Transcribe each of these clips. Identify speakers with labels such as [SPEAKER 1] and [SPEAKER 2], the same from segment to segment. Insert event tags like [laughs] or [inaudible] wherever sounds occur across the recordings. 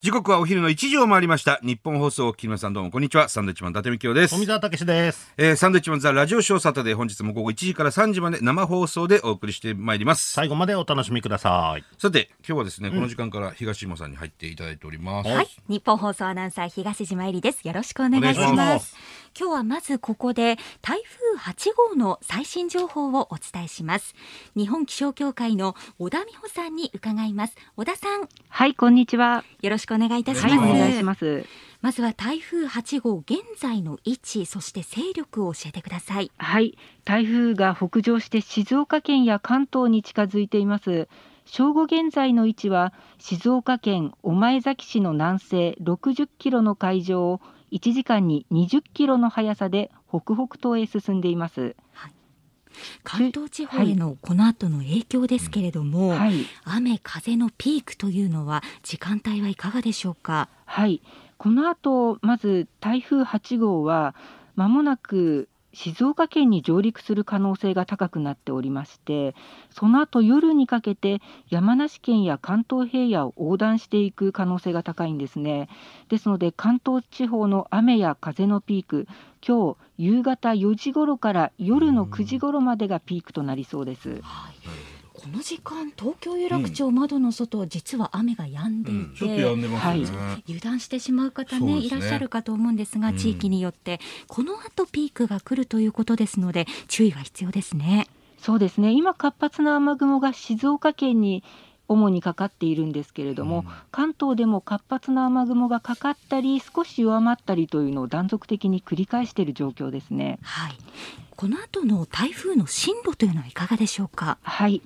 [SPEAKER 1] 時刻はお昼の1時を回りました。日本放送をお聞きの皆さんどうもこんにちは。サンドウィッチマン伊達美京です。
[SPEAKER 2] 富澤たけしです。
[SPEAKER 1] えーサンドウィッチマンザラジオショーサタデー本日も午後1時から3時まで生放送でお送りしてまいります。
[SPEAKER 2] 最後までお楽しみください。
[SPEAKER 1] さて、今日はですね、この時間から東島さんに入っていただいております。
[SPEAKER 2] は
[SPEAKER 3] はい、日本放送アナウンサー東島えりです。よろしくお願いします。
[SPEAKER 1] お願いします
[SPEAKER 3] 今日はまずここで台風8号の最新情報をお伝えします。日本気象協会の小田美穂さんに伺います。小田さん、
[SPEAKER 4] はい、こんにちは。
[SPEAKER 3] よろしくお願いいたしま
[SPEAKER 4] は
[SPEAKER 3] す。
[SPEAKER 4] い、お願いします。
[SPEAKER 3] まずは台風8号現在の位置、そして勢力を教えてください。
[SPEAKER 4] はい、台風が北上して静岡県や関東に近づいています。正午現在の位置は静岡県御前崎市の南西60キロの海上を1時間に20キロの速さで北北東へ進んでいます。
[SPEAKER 3] 関東地方へのこの後の影響ですけれども、
[SPEAKER 4] はい、
[SPEAKER 3] 雨風のピークというのは時間帯はいかがでしょうか。
[SPEAKER 4] はい、この後まず台風8号はまもなく静岡県に上陸する可能性が高くなっておりましてその後夜にかけて山梨県や関東平野を横断していく可能性が高いんですねですので関東地方の雨や風のピーク今日夕方4時頃から夜の9時頃までがピークとなりそうです
[SPEAKER 3] はい。この時間、東京有楽町窓の外、実は雨が止んでいて、
[SPEAKER 1] んで
[SPEAKER 4] ますよね
[SPEAKER 3] 油断してしまう方
[SPEAKER 1] そう
[SPEAKER 3] ね
[SPEAKER 1] ですね
[SPEAKER 3] いらっしゃるかと思うんですが、
[SPEAKER 1] うん
[SPEAKER 3] 地域によってこの後ピークが来るということですので注意が必要ですね。
[SPEAKER 4] そうですね今活発な雨雲が静岡県に主にかかっているんですけれども、関東でも活発な雨雲がかかったり少し弱まったりというのを断続的に繰り返している状況ですね。
[SPEAKER 3] はい。この後の台風の進路というのはいかがでしょうか。
[SPEAKER 4] はい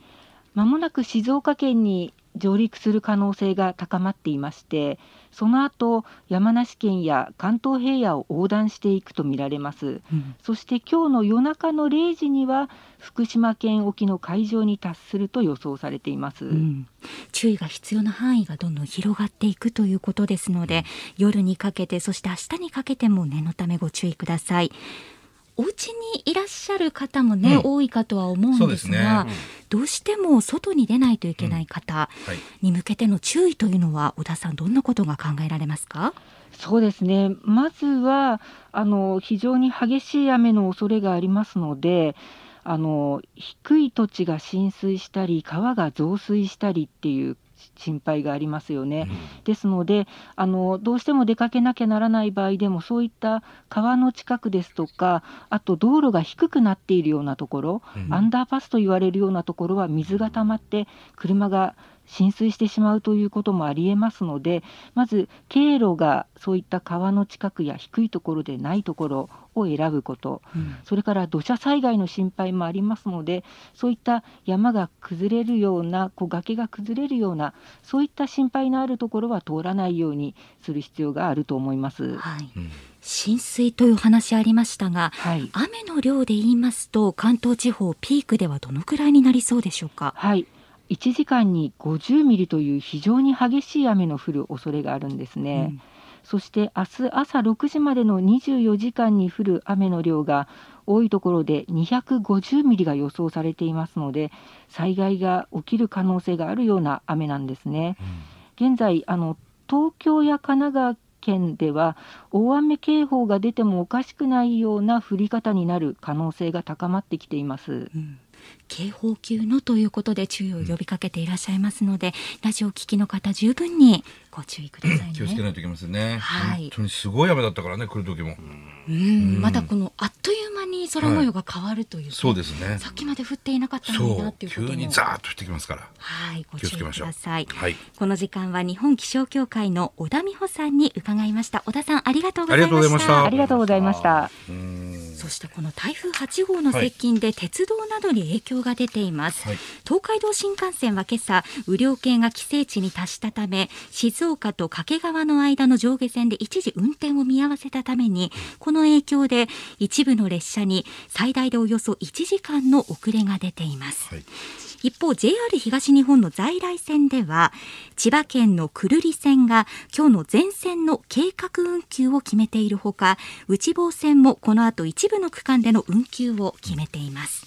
[SPEAKER 4] まもなく静岡県に上陸する可能性が高まっていましてその後山梨県や関東平野を横断していくとみられますそして今日の夜中の0時には福島県沖の海上に達すると予想されています、
[SPEAKER 3] うん注意が必要な範囲がどんどん広がっていくということですので、夜にかけてそして明日にかけても念のためご注意ください。お家にいらっしゃる方もね、
[SPEAKER 1] うん
[SPEAKER 3] 多いかとは思
[SPEAKER 1] そ
[SPEAKER 3] う
[SPEAKER 1] う
[SPEAKER 3] ん
[SPEAKER 1] で
[SPEAKER 3] ですす
[SPEAKER 1] ね。
[SPEAKER 3] がどうしても外に出ないといけない方
[SPEAKER 1] はい
[SPEAKER 3] に向けての注意というのは小田さんどんなことが考えられますか
[SPEAKER 4] そうですね。まずはあの非常に激しい雨の恐れがありますので、あの低い土地が浸水したり川が増水したりっていう心配がありますよね。ですので、あのどうしても出かけなきゃならない場合でもそういった川の近くですとか、あと道路が低くなっているようなところ、
[SPEAKER 1] うん
[SPEAKER 4] アンダーパスと言われるようなところは水が溜まって車が浸水してしまうということもありえますのでまず経路がそういった川の近くや低いところでないところを選ぶことそれから土砂災害の心配もありますのでそういった山が崩れるようなこう崖が崩れるようなそういった心配のあるところは通らないようにする必要があると思います。
[SPEAKER 3] はい、
[SPEAKER 1] うん
[SPEAKER 3] 浸水というお話ありましたが
[SPEAKER 4] はい
[SPEAKER 3] 雨の量で言いますと関東地方ピークではどのくらいになりそうでしょうか
[SPEAKER 4] はい、1時間に50ミリという非常に激しい雨の降る恐れがあるんですね。
[SPEAKER 3] うん
[SPEAKER 4] そして明日朝6時までの24時間に降る雨の量が多いところで250ミリが予想されていますので災害が起きる可能性があるような雨なんですね。現在あの東京や神奈川県では大雨警報が出てもおかしくないような降り方になる可能性が高まってきています。
[SPEAKER 3] うん警報級のということで注意を呼びかけていらっしゃいますので、ラジオを聞きの方十分にご注意くださいね。
[SPEAKER 1] 気をつけないといけませんね。
[SPEAKER 3] はい
[SPEAKER 1] 本当にすごい雨だったからね、来る時も。
[SPEAKER 3] うん、またこのあっという間に空模様が変わるという、
[SPEAKER 1] そうですね。
[SPEAKER 3] さっきまで降っていなかったのに
[SPEAKER 1] そ
[SPEAKER 3] なっ
[SPEAKER 1] う、
[SPEAKER 3] ていうこと
[SPEAKER 1] 急
[SPEAKER 3] も
[SPEAKER 1] にザーッと降ってきますから。
[SPEAKER 3] はい、ご
[SPEAKER 1] 気をつ
[SPEAKER 3] 注
[SPEAKER 1] け
[SPEAKER 3] 意
[SPEAKER 1] ま
[SPEAKER 3] く
[SPEAKER 1] しょう。
[SPEAKER 3] ださい。
[SPEAKER 1] はい。
[SPEAKER 3] この時間は日本気象協会の小田美穂さんに伺いました。小田さん、ありがとうござい
[SPEAKER 1] あ
[SPEAKER 3] ま
[SPEAKER 1] りがとうございま
[SPEAKER 3] し。
[SPEAKER 1] したた
[SPEAKER 4] ありがとうございました。
[SPEAKER 1] うん
[SPEAKER 3] そしてこの台風8号の接近で鉄道などに影響が出ています、
[SPEAKER 1] はい
[SPEAKER 3] 東海道新幹線は今朝雨量計が規制値に達したため静岡と掛川の間の上下線で一時運転を見合わせたためにこの影響で一部の列車に最大でおよそ1時間の遅れが出ています、
[SPEAKER 1] はい
[SPEAKER 3] 一方 JR 東日本の在来線では千葉県の久留里線が今日の全線の計画運休を決めているほか内房線もこの後一部の区間での運休を決めています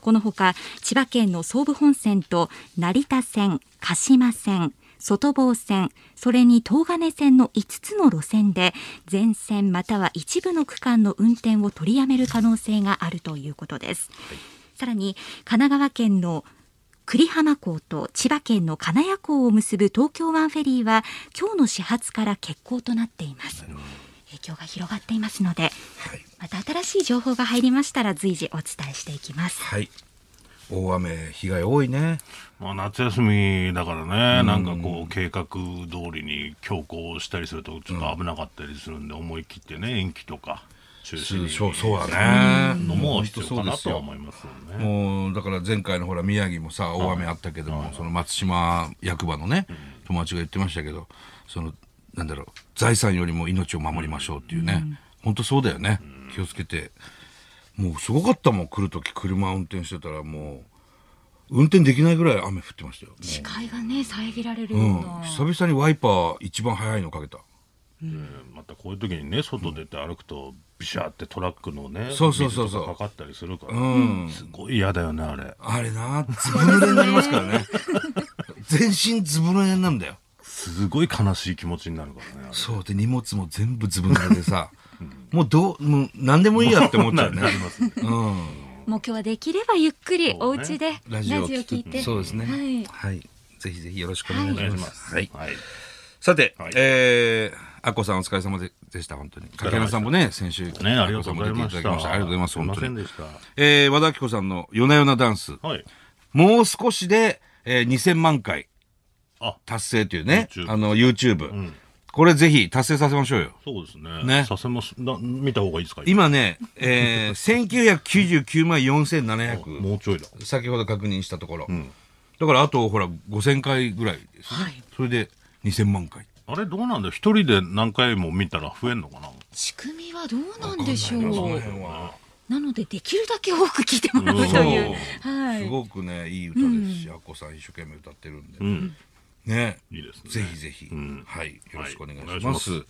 [SPEAKER 3] このほか千葉県の総武本線と成田線鹿島線外房線、それに東金線の5つの路線で、全線または一部の区間の運転を取りやめる可能性があるということです。さらに、神奈川県の栗浜港と千葉県の金谷港を結ぶ東京湾フェリーは今日の始発から欠航となっています影響が広がっていますので
[SPEAKER 1] はい
[SPEAKER 3] また新しい情報が入りましたら随時お伝えしていきます
[SPEAKER 1] はい大雨被害多いね
[SPEAKER 2] まあ、夏休みだからね、なんかこう計画通りに強行したりするとちょっと危なかったりするんで、思い切ってね延期とか中止に
[SPEAKER 1] そうそうだね
[SPEAKER 2] のも必
[SPEAKER 1] 本当そう
[SPEAKER 2] 要か
[SPEAKER 1] で
[SPEAKER 2] な
[SPEAKER 1] す
[SPEAKER 2] とは
[SPEAKER 1] よ
[SPEAKER 2] 思いますよね。
[SPEAKER 1] もうだから前回のほら宮城もさ大雨あったけども、その松島役場のね、友達が言ってましたけどそのなんだろう財産よりも命を守りましょうっていうね、本当そうだよね、気をつけてもうすごかったもん来る時車運転してたらもう運転できないぐらい雨降ってましたよ、
[SPEAKER 3] 視界がね遮られる
[SPEAKER 1] う、
[SPEAKER 3] ようんな、
[SPEAKER 1] 久々にワイパー一番早いのかけた
[SPEAKER 2] でまたこういう時にね外出て歩くとビシャーってトラックのね
[SPEAKER 1] そうそうそうそう
[SPEAKER 2] 水とかかかったりするから、
[SPEAKER 1] うん
[SPEAKER 2] すごい嫌だよねあれ
[SPEAKER 1] あれなずぶ濡れになりますからね [laughs] 全身ずぶ濡れになるんだよ
[SPEAKER 2] すごい悲しい気持ちになるからねあれ
[SPEAKER 1] そうで荷物も全部ずぶ濡れでさ、もうどうもう何でもいいやって思っちゃ
[SPEAKER 2] [laughs]
[SPEAKER 1] うね
[SPEAKER 2] なりますね
[SPEAKER 1] うん
[SPEAKER 3] もう今日はできればゆっくりお家で
[SPEAKER 1] ラ
[SPEAKER 3] ラ
[SPEAKER 1] ジ
[SPEAKER 3] ジ
[SPEAKER 1] オ
[SPEAKER 3] オ
[SPEAKER 1] を
[SPEAKER 3] を
[SPEAKER 1] 聞く
[SPEAKER 3] 聞いて
[SPEAKER 1] そうですね
[SPEAKER 3] はい
[SPEAKER 1] はいぜひぜひよろしくお願い
[SPEAKER 2] お願い
[SPEAKER 1] し
[SPEAKER 2] し
[SPEAKER 1] ま
[SPEAKER 2] ますす
[SPEAKER 1] はい
[SPEAKER 2] はい
[SPEAKER 1] さて、
[SPEAKER 2] はい
[SPEAKER 1] えー、アッコさんお疲れ様ででした、本当に。かけなさんもね、先週、
[SPEAKER 2] ね、ありがとうございました。
[SPEAKER 1] アッコさんも出ていただきましたありがとうございます、本
[SPEAKER 2] すいま
[SPEAKER 1] 当
[SPEAKER 2] せん
[SPEAKER 1] に。
[SPEAKER 2] でした。
[SPEAKER 1] えー、和田アキ子さんの夜な夜なダンス、
[SPEAKER 2] はい。
[SPEAKER 1] もう少しで、えー、2000万回
[SPEAKER 2] あ、
[SPEAKER 1] 達成というね、
[SPEAKER 2] YouTube
[SPEAKER 1] あの、YouTube、
[SPEAKER 2] うん。
[SPEAKER 1] これぜひ達成させましょうよ。
[SPEAKER 2] そうですね。
[SPEAKER 1] ね
[SPEAKER 2] させます。な見た方がいいですか。
[SPEAKER 1] 今ね、
[SPEAKER 2] [laughs]
[SPEAKER 1] えー、1999万4700。
[SPEAKER 2] もうちょいだ。
[SPEAKER 1] 先ほど確認したところ、
[SPEAKER 2] ん
[SPEAKER 1] だからあとほら5000回ぐらいです、
[SPEAKER 3] はい
[SPEAKER 1] それで2000万回
[SPEAKER 2] あれどうなんだよ。一人で何回も見たら増えんのかな。
[SPEAKER 3] 仕組みはどうなんでしょう
[SPEAKER 1] わかんないなその辺
[SPEAKER 3] な
[SPEAKER 1] は、
[SPEAKER 3] のでできるだけ多く聞いてもらうという、はい、
[SPEAKER 1] すごくねいい歌ですし、アッコさん一生懸命歌ってるんで、
[SPEAKER 2] うん。
[SPEAKER 1] ね
[SPEAKER 2] いいですね。
[SPEAKER 1] ぜひぜひ、
[SPEAKER 2] ん
[SPEAKER 1] はいよろしくお願いし
[SPEAKER 2] はいお願
[SPEAKER 1] ま
[SPEAKER 2] い
[SPEAKER 1] す,、
[SPEAKER 2] し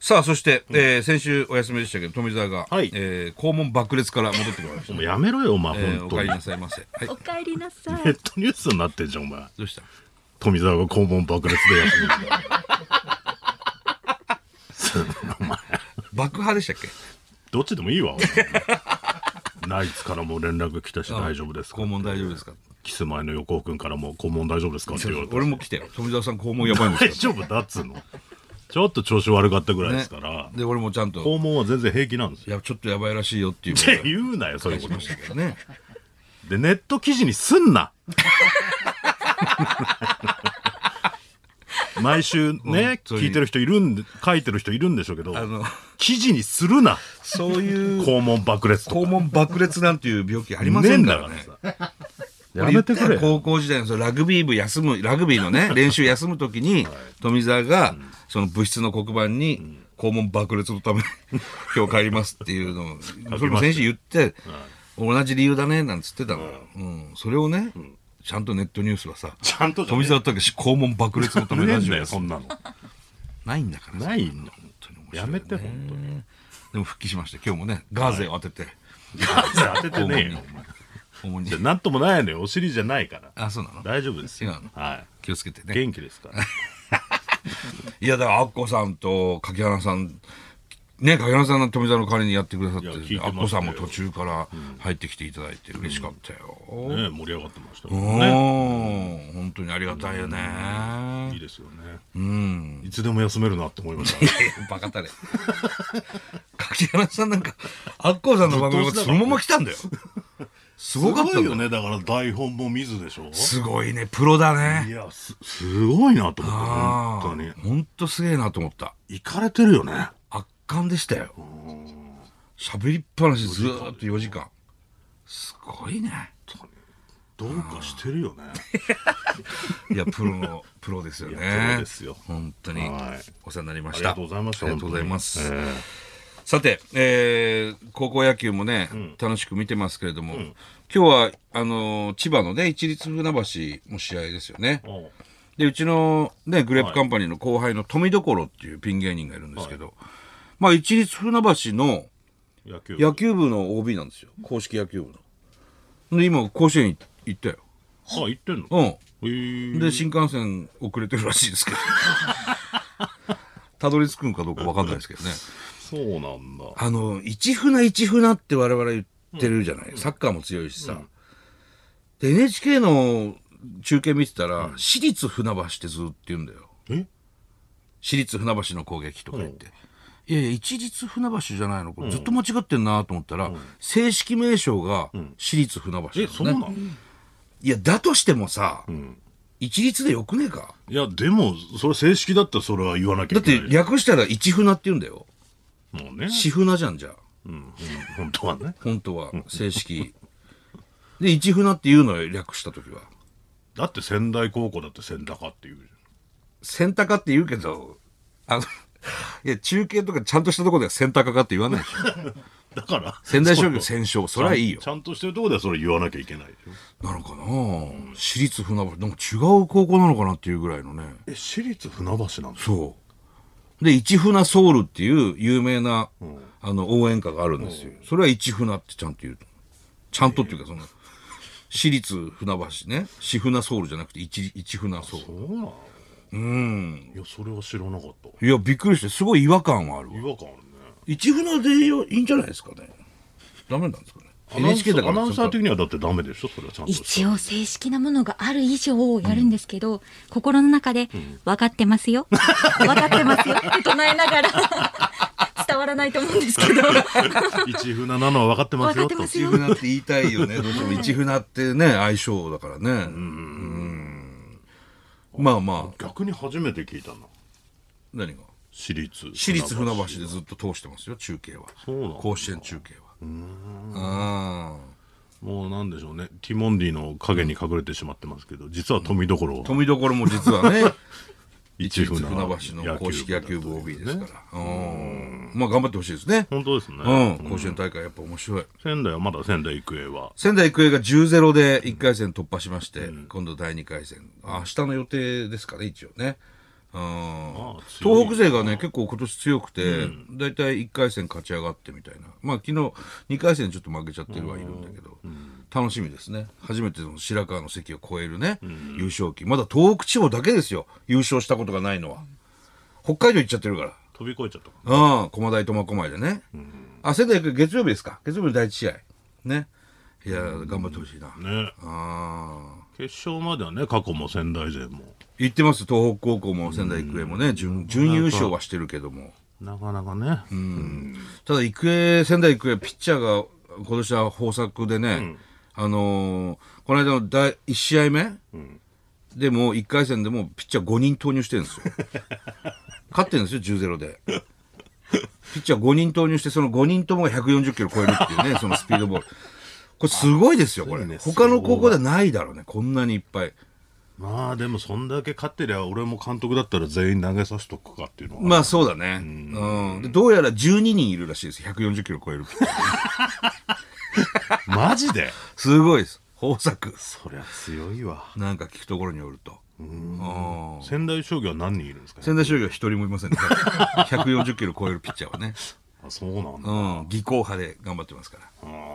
[SPEAKER 1] さあそして、えー先週お休みでしたけど富澤が、
[SPEAKER 2] はい
[SPEAKER 1] えー肛門爆裂から戻ってこられまし
[SPEAKER 2] ひ。
[SPEAKER 1] た、
[SPEAKER 2] もうやめろよ、お前、
[SPEAKER 1] えーお
[SPEAKER 2] 本
[SPEAKER 1] 帰
[SPEAKER 2] 当
[SPEAKER 1] り
[SPEAKER 2] に。
[SPEAKER 1] なさいませ、
[SPEAKER 2] [laughs]
[SPEAKER 1] はい、
[SPEAKER 3] お帰りなさ
[SPEAKER 2] ネ
[SPEAKER 3] い
[SPEAKER 2] ットニュースになってんじゃん、お前。
[SPEAKER 1] どうした
[SPEAKER 2] 富澤が肛門爆裂でやってる。そんなお前、
[SPEAKER 1] 爆破でしたっけ
[SPEAKER 2] [laughs] どっちでもいいわ。お前ナイツからも連絡来たし、大丈夫ですか。
[SPEAKER 1] 肛門大丈夫ですか
[SPEAKER 2] キス前の横尾君からも肛門大丈夫ですかって言われて。
[SPEAKER 1] 俺も来てよ富澤さん肛門やばいんです
[SPEAKER 2] [laughs] 大
[SPEAKER 1] か
[SPEAKER 2] 丈夫だっつうのちょっと調子悪かったぐらいですから、
[SPEAKER 1] で俺もちゃんと
[SPEAKER 2] 肛門は全然平気なんです
[SPEAKER 1] い
[SPEAKER 2] よ
[SPEAKER 1] やちょっとやばいらしいよっていうこ
[SPEAKER 2] っ
[SPEAKER 1] と
[SPEAKER 2] て
[SPEAKER 1] は
[SPEAKER 2] 言うなよそういう
[SPEAKER 1] し
[SPEAKER 2] こ
[SPEAKER 1] ました
[SPEAKER 2] と
[SPEAKER 1] けどね
[SPEAKER 2] でネット記事にすん [laughs] な毎週ね
[SPEAKER 1] 本当に
[SPEAKER 2] 聞いてる人いるんで書いてる人いるんでしょうけど
[SPEAKER 1] あ
[SPEAKER 2] [laughs]
[SPEAKER 1] の
[SPEAKER 2] 記事にするな
[SPEAKER 1] そういう
[SPEAKER 2] 肛門爆裂と
[SPEAKER 1] 肛
[SPEAKER 2] か
[SPEAKER 1] 門爆裂なんていう病気ありませんからね。
[SPEAKER 2] ねえんだからさやめてく
[SPEAKER 1] 俺言
[SPEAKER 2] れ
[SPEAKER 1] った高校時代のそのラグビー部休む、ラグビーの [laughs] ね、練習休むときに、富澤が、その部室の黒板に、肛門爆裂の [laughs] ため、今日帰りますっていうのを、それも先週言って、同じ理由だね、なんつってたのよ。うん。それをね、ちゃんとネットニュースはさ、
[SPEAKER 2] ちゃんとじゃ
[SPEAKER 1] 富
[SPEAKER 2] ね
[SPEAKER 1] 澤た [laughs] けし肛門爆裂のた
[SPEAKER 2] え
[SPEAKER 1] め
[SPEAKER 2] ねえ
[SPEAKER 1] ラ
[SPEAKER 2] ん
[SPEAKER 1] ジオ
[SPEAKER 2] だよ
[SPEAKER 1] 休
[SPEAKER 2] そ
[SPEAKER 1] む
[SPEAKER 2] んなの
[SPEAKER 1] ないんだからさ
[SPEAKER 2] ないの
[SPEAKER 1] 本当に面白
[SPEAKER 2] や
[SPEAKER 1] い
[SPEAKER 2] めて本当に
[SPEAKER 1] でも復帰しました。今日もね、ガーゼを当てて、
[SPEAKER 2] 当ててねえよお前
[SPEAKER 1] 主に
[SPEAKER 2] じゃ。なんともないのよお尻じゃないから
[SPEAKER 1] あ、そうなの
[SPEAKER 2] 大丈夫ですよ
[SPEAKER 1] 違うの
[SPEAKER 2] は
[SPEAKER 1] 気をつけて
[SPEAKER 2] い
[SPEAKER 1] ね。
[SPEAKER 2] 元気ですから
[SPEAKER 1] いや、だから、アッコさんと柿原さん、ね、柿原さんの富澤の代わりにやってくださって、
[SPEAKER 2] いや聞いてまし
[SPEAKER 1] ア
[SPEAKER 2] たよ
[SPEAKER 1] ッコさんも途中から入ってきていただいて嬉しかったよ。
[SPEAKER 2] ね、盛り上がってました
[SPEAKER 1] う
[SPEAKER 2] もん
[SPEAKER 1] ん、
[SPEAKER 2] ね。
[SPEAKER 1] 本当にありがたいよ
[SPEAKER 2] いい
[SPEAKER 1] ね。
[SPEAKER 2] ですよね。
[SPEAKER 1] うん。
[SPEAKER 2] いつでも休めるなって思い
[SPEAKER 1] [laughs]
[SPEAKER 2] ました。
[SPEAKER 1] バカたれ。柿原さんなんか、アッコさんの番組がそのまま来たんだよ。すごかったんだ
[SPEAKER 2] すよ。ね。だから台本も見ずでしょ。
[SPEAKER 1] すごいね、プロだ
[SPEAKER 2] い
[SPEAKER 1] ね。
[SPEAKER 2] や、す、すごいなと思って、
[SPEAKER 1] ああ
[SPEAKER 2] 本当に。
[SPEAKER 1] 本当すげえなと思った。
[SPEAKER 2] 行かれてるよね。
[SPEAKER 1] 圧巻でしたよ喋りっぱなしずーっと4時間すごいね
[SPEAKER 2] どうかしてるよね。
[SPEAKER 1] いやプロ
[SPEAKER 2] [laughs]
[SPEAKER 1] のプロですよ
[SPEAKER 2] いやプ
[SPEAKER 1] ね
[SPEAKER 2] ロですよ
[SPEAKER 1] 本当に
[SPEAKER 2] はい
[SPEAKER 1] お世話になりま
[SPEAKER 2] あ
[SPEAKER 1] し
[SPEAKER 2] り
[SPEAKER 1] た
[SPEAKER 2] がとうございました。
[SPEAKER 1] ありがとうございます
[SPEAKER 2] 本当にえ
[SPEAKER 1] さて、えー高校野球もね、楽しく見てますけれども、今日はあのー千葉のね市立船橋の試合ですよね
[SPEAKER 2] えおう
[SPEAKER 1] でうちの、ね、グレープカンパニーの後輩の富所っていうピン芸人がいるんですけど、まあ市立船橋の
[SPEAKER 2] 野球。
[SPEAKER 1] 野球部の OB なんですよ公式野球部ので今甲子園行ったよ
[SPEAKER 2] あ、行ってんの
[SPEAKER 1] うんで新幹線遅れてるらしいですけどたどり着くのかどうか分かんないですけどね
[SPEAKER 2] そうなんだ。
[SPEAKER 1] あの一船一船って我々言ってるじゃない、サッカーも強いしさ、で NHK の中継見てたら、私立船橋ってずっと言うんだよ
[SPEAKER 2] え
[SPEAKER 1] 私立船橋の攻撃とか言って、いやいや一律船橋じゃないのこれずっと間違ってんなと思ったら、正式名称が私立船橋だ
[SPEAKER 2] え、
[SPEAKER 1] よ
[SPEAKER 2] そうな
[SPEAKER 1] ね、
[SPEAKER 2] の
[SPEAKER 1] いやだとしてもさ、
[SPEAKER 2] ん
[SPEAKER 1] 一律でよくねえか
[SPEAKER 2] いや、でも、それ正式だったらそれは言わなき
[SPEAKER 1] だ
[SPEAKER 2] ゃ
[SPEAKER 1] っ
[SPEAKER 2] いけ
[SPEAKER 1] て
[SPEAKER 2] ない。
[SPEAKER 1] 略したら一船って言うんだよ
[SPEAKER 2] もうね。
[SPEAKER 1] 四船じゃんじゃあ
[SPEAKER 2] うんうん本当はね。
[SPEAKER 1] 本当は正式で一船って言うのよ略した時は
[SPEAKER 2] だって仙台高校だって仙高っていうじ
[SPEAKER 1] 千高って言うけどあのいや中継とかちゃんとしたところでは千高かって言わ
[SPEAKER 2] [laughs]
[SPEAKER 1] ないでしょ
[SPEAKER 2] ゃん。だから。
[SPEAKER 1] 仙台商業
[SPEAKER 2] そう
[SPEAKER 1] 戦勝それはいいよ
[SPEAKER 2] ちゃんちゃんとしてるところではそれ言わなきゃいけないでしょ。
[SPEAKER 1] なのかな私立船橋なんか違う高校なのかなっていうぐらいのね
[SPEAKER 2] え、私立船橋なんだ。
[SPEAKER 1] そうで一船ソウルっていう有名な、あの応援歌があるんですよ、それは一船ってちゃんと言うとちゃんとっていうかその、私立船橋ね私船ソウルじゃなくて一一船ソウル
[SPEAKER 2] そうなの
[SPEAKER 1] うん
[SPEAKER 2] いや、それは知らなかった。
[SPEAKER 1] いやびっくりしてすごい違和感はあるわ
[SPEAKER 2] 違和感あるね。
[SPEAKER 1] 一船でいいんじゃないですかねダメなんですかね
[SPEAKER 2] アナウンサ
[SPEAKER 1] NHK だ
[SPEAKER 2] ー
[SPEAKER 1] か
[SPEAKER 2] ア
[SPEAKER 1] ら
[SPEAKER 2] ナウンサー的にはだってダメでしょそれはちゃんとした
[SPEAKER 3] 一応正式なものがある以上をやるんですけど、心の中で、分かってますよ分かってますよって唱えながら [laughs] 伝わらないと思うんですけど
[SPEAKER 2] 一船なのは分かってますよ
[SPEAKER 3] 分かってます
[SPEAKER 1] 一
[SPEAKER 3] よ
[SPEAKER 1] 船って言いたいよねどうしても一船ってね相性だからねうんまあまあ
[SPEAKER 2] と逆に初めて聞いたな
[SPEAKER 1] 何が
[SPEAKER 2] 私立
[SPEAKER 1] 私立船橋でずっと通してますよ中継は
[SPEAKER 2] そうなんだ
[SPEAKER 1] 甲子園中継はうん
[SPEAKER 2] もうなんでしょうねティモンディの影に隠れてしまってますけど実は富所は
[SPEAKER 1] 富所も実はね [laughs]
[SPEAKER 2] 一
[SPEAKER 1] 一船
[SPEAKER 2] 船
[SPEAKER 1] 船橋の公式野球部 OB ですからうんまあ頑張ってほしいですね
[SPEAKER 2] 本当ですね、
[SPEAKER 1] うん甲子園大会やっぱ面白い
[SPEAKER 2] 仙台はまだ仙台育英は
[SPEAKER 1] 仙台育英が10ゼ0で1回戦突破しまして、今度第2回戦明日の予定ですかね一応ねうん
[SPEAKER 2] あ強い
[SPEAKER 1] 東北勢がね結構今年強くて大体、1回戦勝ち上がってみたいなまあ昨日2回戦ちょっと負けちゃってるはいるんだけど、楽しみですね初めてその白河の関を超えるね、優勝旗まだ東北地方だけですよ優勝したことがないのは北海道行っちゃってるから
[SPEAKER 2] 飛び越えちゃったか
[SPEAKER 1] うん、駒大苫小牧でね。あ、仙台育英月曜日ですか。月曜日の第一試合。ね。いや、頑張ってほしいな。
[SPEAKER 2] らね
[SPEAKER 1] ああ。
[SPEAKER 2] 決勝まではね過去も仙台勢も
[SPEAKER 1] 言ってます、東北高校も仙台育英もね、準準優勝はしてるけども。
[SPEAKER 2] なかなかね、
[SPEAKER 1] ただ、育英、仙台育英、ピッチャーが今年は豊作でね、あのーこの間の第1試合目、でも1回戦でもピッチャー5人投入してるん [laughs] ですよ。勝ってるんですよ、10ゼ0で。ピッチャー5人投入して、その5人ともが140キロ超えるっていう [laughs] ね、そのスピードボール。これすごいですよ、これ。
[SPEAKER 2] 熱いね
[SPEAKER 1] 他の高校ではないだろうね、こんなにいっぱい。
[SPEAKER 2] まあでもそんだけ勝ってりゃ俺も監督だったら全員投げさせとくかっていうのは、
[SPEAKER 1] まあそうだね。うんでどうやら12人いるらしいです、140キロ超えるピッチャー。
[SPEAKER 2] マ
[SPEAKER 1] [laughs]
[SPEAKER 2] ジです
[SPEAKER 1] ごいです、豊作。
[SPEAKER 2] そりゃ強いわ
[SPEAKER 1] なんか聞くところによると。うん
[SPEAKER 2] 仙台商業は何人いるんですか、ね、
[SPEAKER 1] 仙台商業は一人もいませんね。140キロ超えるピッチャーはね。
[SPEAKER 2] あそうなんだ、
[SPEAKER 1] うん。技巧派で頑張ってますから。
[SPEAKER 2] あ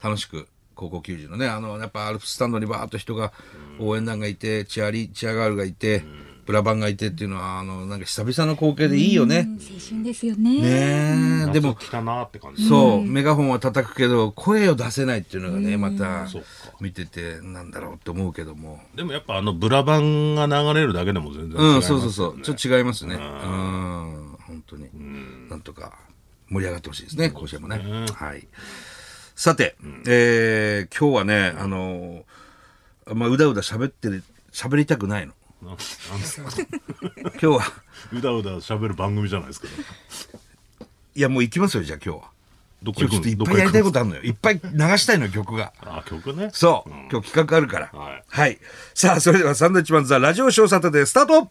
[SPEAKER 1] 楽しく、高校球児のね、あの、やっぱアルプススタンドにバーッと人が、応援団がいて、チアリ、チアガールがいて、ブラバンがいてっていうのは、あの、なんか久々の光景でいいよ
[SPEAKER 3] う
[SPEAKER 1] ね。
[SPEAKER 3] ん青春ですよ
[SPEAKER 1] ね
[SPEAKER 3] ね
[SPEAKER 2] ー
[SPEAKER 1] え。
[SPEAKER 2] で
[SPEAKER 1] で
[SPEAKER 2] も
[SPEAKER 1] も、
[SPEAKER 2] 来たなーって感じ
[SPEAKER 1] そう、メガホンは叩くけど、声を出せないっていうのがね、また
[SPEAKER 2] そっか、
[SPEAKER 1] 見てて、なんだろうって思うけども。
[SPEAKER 2] でもやっぱあのブラバンが流れるだけでも全然違
[SPEAKER 1] う
[SPEAKER 2] いますよね、
[SPEAKER 1] ん、そうそうそう。ちょっと違いますね。うん、本当に。なんとか盛り上がってほしいですね、甲子園もね。はい。さて、えー今日はね、あのーまあ、うだうだ喋ってる、喋りたく [laughs] ないの。
[SPEAKER 2] ななんですか
[SPEAKER 1] 今日は、
[SPEAKER 2] うだうだ喋る番組じゃないですか、
[SPEAKER 1] いや、もう行きますよ、じゃあ今日は。
[SPEAKER 2] どこ
[SPEAKER 1] 今日
[SPEAKER 2] 行
[SPEAKER 1] ちょっ
[SPEAKER 2] く
[SPEAKER 1] といっ
[SPEAKER 2] ど
[SPEAKER 1] ぱ
[SPEAKER 2] こ
[SPEAKER 1] いや
[SPEAKER 2] 行
[SPEAKER 1] り
[SPEAKER 2] く
[SPEAKER 1] たいことあるのよ。いっぱい流したいのよ、曲が。
[SPEAKER 2] あ曲ね
[SPEAKER 1] [laughs] そう、今日企画あるから。
[SPEAKER 2] はい
[SPEAKER 1] はい。さあ、それではサンドウィッチマンザラジオショーサタデースタート